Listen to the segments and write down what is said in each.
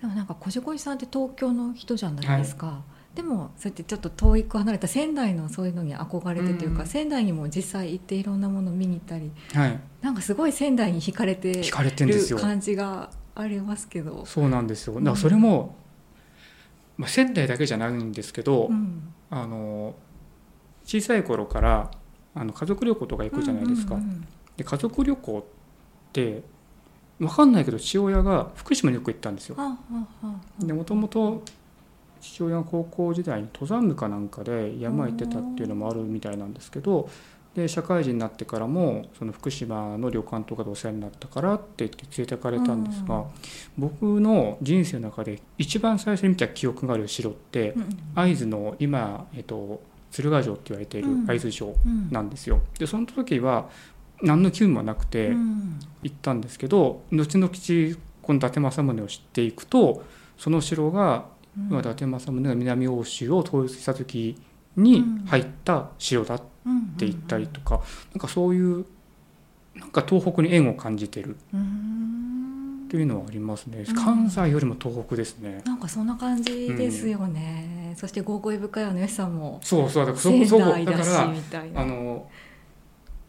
でもなんかこじこじさんって東京の人じゃないですか、でもそうやってちょっと遠い離れた仙台のそういうのに憧れてというか、うん仙台にも実際行っていろんなもの見に行ったりはい、なんかすごい仙台に惹かれて惹かれてんでするよ感じがありますけど。そうなんですよだからそれも、まあ、仙台だけじゃないんですけど、うんあの小さい頃からあの家族旅行とか行くじゃないですか、うんうんうんで家族旅行って分かんないけど父親が福島によく行ったんですよああああでもともと父親が高校時代に登山部かなんかで山行ってたっていうのもあるみたいなんですけどで社会人になってからもその福島の旅館とかでお世話になったからって言って連れてかれたんですが、うん僕の人生の中で一番最初に見た記憶がある城ってうん会津の今、えっと、鶴ヶ城って言われているうん会津城うんなんですよ。でその時は何の気分もなくて、うん行ったんですけど後々この伊達政宗を知っていくとその城が、うんまあ伊達政宗が南欧州を統一した時に入った城だって言ったりとか、なんかそういうなんか東北に縁を感じてるうんうんというのはありますね、うん関西よりも東北ですね。なんかそんな感じですよね、そして「合声深いよね」さんもそうそう だからそ仙そう台だだしからみたいなあの「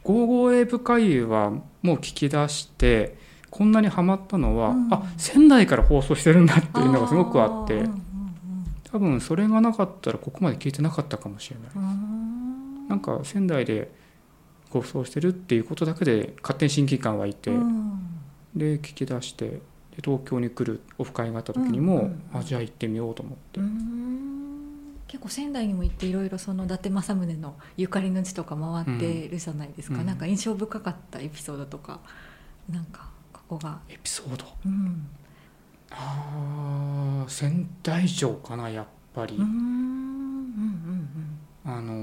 55A 深い」はもう聞き出してこんなにハマったのは、うんあ仙台から放送してるんだっていうのがすごくあってーうん多分それがなかったらここまで聞いてなかったかもしれないうんうんなんか仙台でご馳走してるっていうことだけで勝手に親近感湧いて、うんで聞き出してで東京に来るオフ会があった時にも、うんうんうんあじゃあ行ってみようと思って、うん結構仙台にも行っていろいろその伊達政宗のゆかりの地とか回ってるじゃないですか、うんなんか印象深かったエピソードとかなんかここが、エピソードうん、あー仙台城かなやっぱり、うんうんうんあの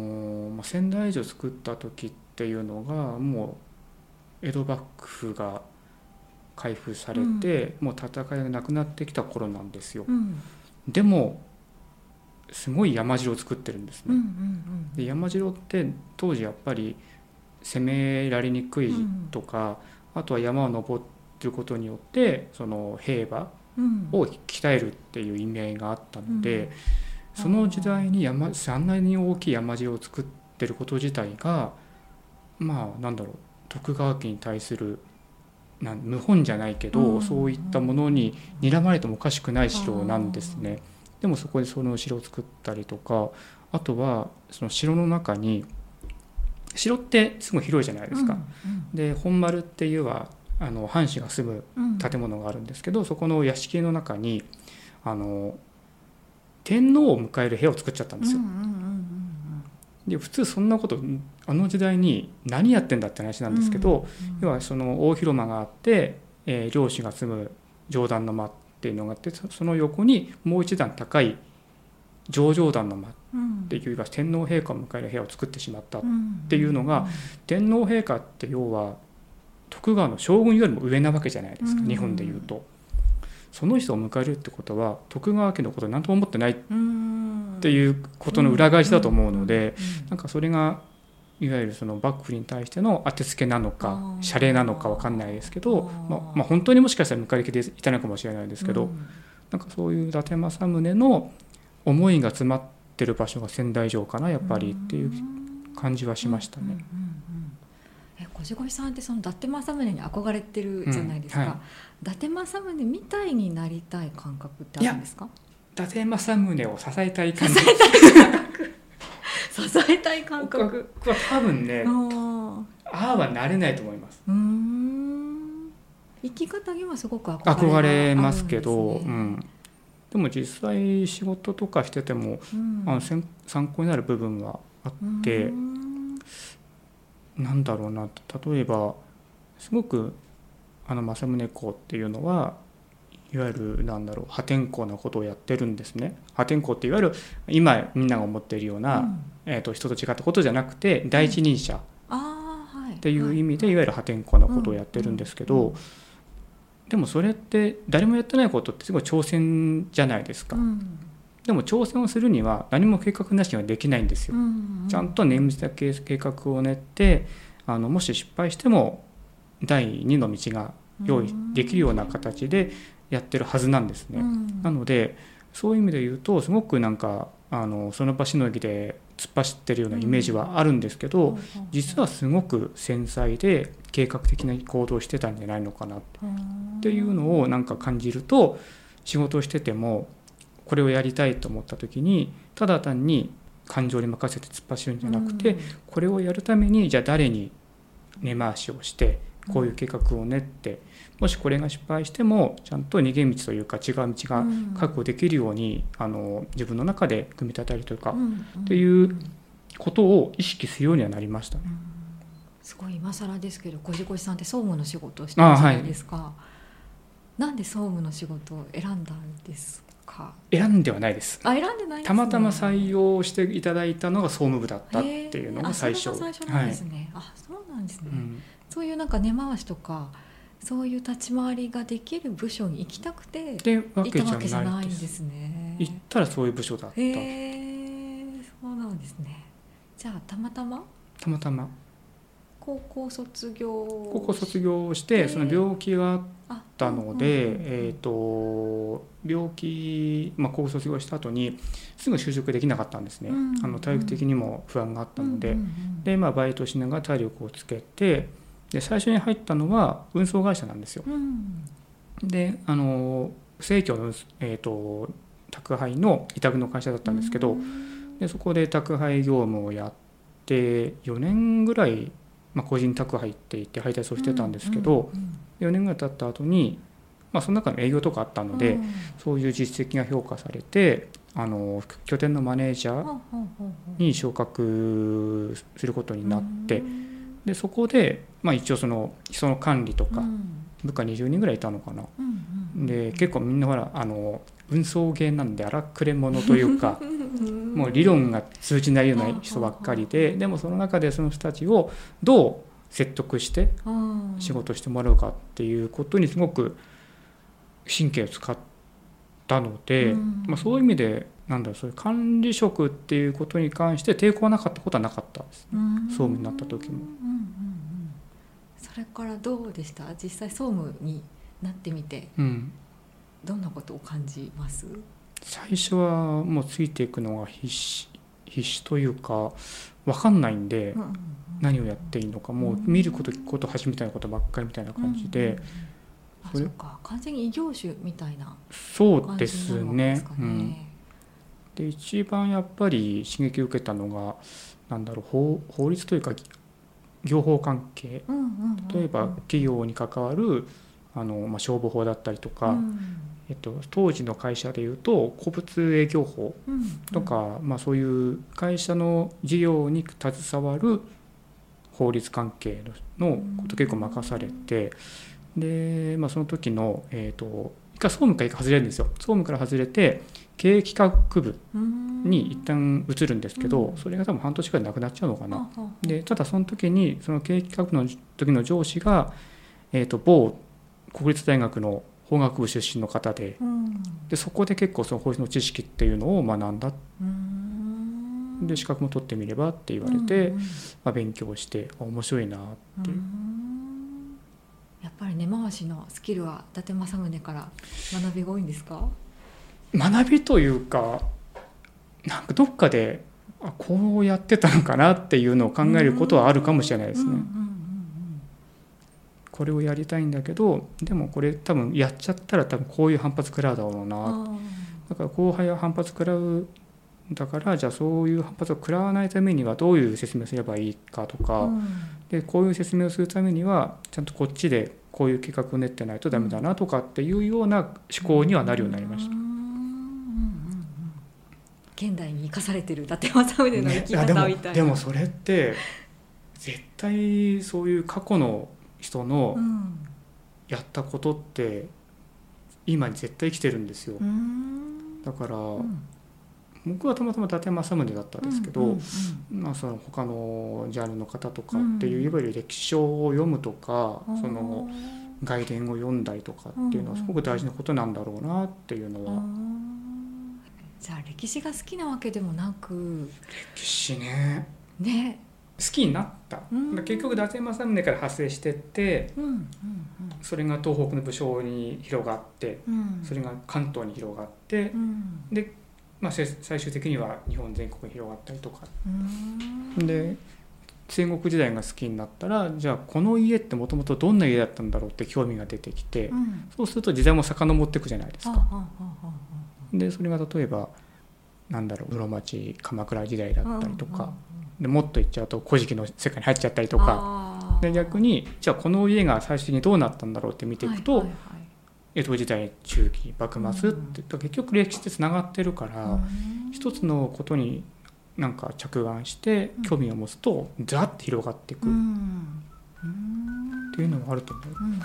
ーまあ仙台城作った時っていうのがもう江戸幕府が開封されて、もう戦いがなくなってきた頃なんですようんうんでもすごい山城を作ってるんですうんうね、んで山城って当時やっぱり攻められにくいとか、あとは山を登ってることによってその兵馬うんを鍛えるっていう意味合いがあったので、うんその時代に山あんなに大きい山城を作ってること自体がまあなんだろう徳川家に対するなん謀反じゃないけど、うんそういったものに睨まれてもおかしくない城なんですね。でもそこでその城を作ったりとかあとはその城の中に城ってすごい広いじゃないですか。で本丸っていうはあの藩士が住むうんうん建物があるんですけどそこの屋敷の中にあの天皇を迎える部屋を作っちゃったんですよ。うんうんうんうんで普通そんなことあの時代に何やってんだって話なんですけど、うん要はその大広間があって、えー領主が住む上段の間っていうのがあってそその横にもう一段高い上々段の間っうんていうか天皇陛下を迎える部屋を作ってしまったっていうのが天皇陛下って要は徳川の将軍よりも上なわけじゃないですか、うん日本でいうとその人を迎えるってことは徳川家のことを何とも思ってないっってういうことの裏返しだと思うので、んなんかそれがいわゆるその幕府に対しての当てつけなのあかー謝礼なのかわかんないですけあどーまあまあ、本当にもしかしたら迎え入れていたのかもしれないですけど、うんなんかそういう伊達政宗の思いが詰まってる場所が仙台城かなやっぱりっていう感じはしましたね。うんうんうんえこじこじさんってその伊達政宗に憧れてるじゃないですか、うんは伊達政宗みたいになりたい感覚ってあるんですか伊達政宗を支えたい感じ支えたい感僕は覚僕は多分あねーああはなれないと思いますうーん生き方にはすごく憧れがあるん憧れますけどですうねん、でも実際仕事とかしてても、うんあのせん参考になる部分はあって、うんなんだろうな例えばすごくあの政宗公っていうのはいわゆるなんだろう破天荒なことをやってるんですね破天荒っていわゆる今みんなが思っているような、うんえー、と人と違ったことじゃなくて第一人者っあーはいっていう意味でいわゆる破天荒なことをやってるんですけど、うんうんでもそれって誰もやってないことってすごい挑戦じゃないですか、でも挑戦をするには何も計画なしにはできないんですよちゃんと念じた計計画を練ってあのもし失敗しても第2の道が用意できるような形でやってるはずなんですね。うんなのでそういう意味で言うとすごくなんかあのその場しのぎで突っ走ってるようなイメージはあるんですけど、実はすごく繊細で計画的な行動をしてたんじゃないのかなっっていうのをなんか感じると仕事をしててもこれをやりたいと思った時にただ単に感情に任せて突っ走るんじゃなくて、これをやるためにじゃあ誰に根回しをしてこういう計画を練ってもしこれが失敗してもちゃんと逃げ道というか違う道が確保できるようにあの自分の中で組み立てるというかっていううんことを意識するようにはなりましたね。すごい今更ですけどこじこじさんって総務の仕事をしてるじゃないですか、なんで総務の仕事を選んだんですか選んではないです。あ選んでないんです、ね、たまたま採用していただいたのが総務部だったっていうのへーがあ最初。それが最初なんですね、あそうなんですね、うんそういうなんか根回しとかそういう立ち回りができる部署に行きたくてってわ行けったわけじじゃゃなないいんで。ですすね行ったらそういう部署だった。へえそうなんですねじゃあたまたまたまたま高校卒業高高校卒業業しへてーその病気があっあたうのんうんうんで、えっと病気、まあ、高校卒業した後にすぐ就職できなかったんですね、うんうんあの体力的にも不安があったので、うんうんうんで、まあ、バイトしながら体力をつけてで最初に入ったのは運送会社なんですようんであの不正規の、えー、と宅配の委託の会社だったんですけど、うんでそこで宅配業務をやって4年ぐらい、まあ、個人宅配って言って配達をしてたんですけど、うんうん4年ぐらい経った後にまあ、その中の営業とかあったうんので、うんそういう実績が評価されてあの拠点のマネージャーほうほうほうほうに昇格することになって、うんでそこで、まあ、一応その人の管理とか、うん部下20人ぐらいいたのかな、うんうんで結構みんなほらあの運送系なんで荒くれ者という かうんもう理論が通じないような人ばっかりででもその中でその人たちをどう説得してうん仕事してもらうかっていうことにすごく神経を使ったので、うんまあ、そういう意味でなんだろうそういう管理職っていうことに関して抵抗はなかったことはなかったですうん総務になった時もうんうんうんそれからどうでした実際総務になってみてうん、どんなことを感じます最初はもうついていくのが必死必死というか分かんないんでうんうんうん何をやっていいのかもう見ること聞くこと始めたいなことばっかりみたいな感じで、うんうんうんあそれそうか完全に異業種みたいなそう感でじすなのでねすかうん、ね。で一番やっぱり刺激を受けたのがなんだろう法法律というか業法関係うんうんうん例えば企業に関わるあの、まあ、消防法だったりとか、うんえっと、当時の会社でいうと古物営業法うんとか、まあ、そういう会社の事業に携わる法律関係ののこと結構任されてで、まあ、その時の、えー、と一回総務から一回外れるんですよ総務から外れて経営企画部うんに一旦移るんですけど、うんそれが多分半年くらいなくなっちゃうのかな。あああでただその時にその経営企画の時の上司が、えー、と某国立大学の法学部出身の方でうんでそこで結構その法律の知識っていうのを学んだうんで資格も取ってみればって言われて、うんうんまあ、勉強してあ面白いなっていううんやっぱり根回しのスキルは伊達政宗から学びが多いんですか学びというかなんかどっかであこうやってたのかなっていうのを考えることはあるかもしれないですうね。んうんうんこれをやりたいんだけどでもこれ多分やっちゃったら多分こういう反発食らうだろううな、んだから後輩は反発食らうだからじゃあそういう反発を食らわないためにはどういう説明をすればいいかとあか、ーうんでこういう説明をするためにはちゃんとこっちでこういう計画を練ってないとダメだなとかっていうような思考にはなるようになりました。うんうんうんうん現代に生かされてる伊達政宗の生きいやで方みたもいな、でもそれって絶対そういう過去の人のうんやったことって今に絶対生きてるんですよ。うんだから、うん僕はたまたま伊達政宗だったんですけど、うんうんまあ、その他のジャンルの方とかっていう、うんいわゆる歴史書を読むとか、うんその外伝を読んだりとかっていうのはすごく大事なことなんだろうなっていうのは、うんじゃあ歴史が好きなわけでもなく歴史ねねきになった、うん結局伊達政宗から発生してってうんうんそれが東北の武将に広がってうんうんそれが関東に広がって、うんまあ、せ最終的には日本全国に広がったりとかうんで戦国時代が好きになったらじゃあこの家ってもともとどんな家だったんだろうって興味が出てきて、うんそうすると時代も遡っていくじゃないですあかあ。あでそれが例えばなんだろう室町鎌倉時代だあああったりとか、でもっと言っちゃうと古事記の世界に入っちゃったりとかかで逆にじゃあこの家が最終的にどうなったんだろうって見ていくと、はい江戸時代中期幕末って、結局歴史ってつながってるから、はいはい一つのことになんか着眼してうん興味を持つとザッて広がっていくうっんうんていうのもあると思う。うんうんうん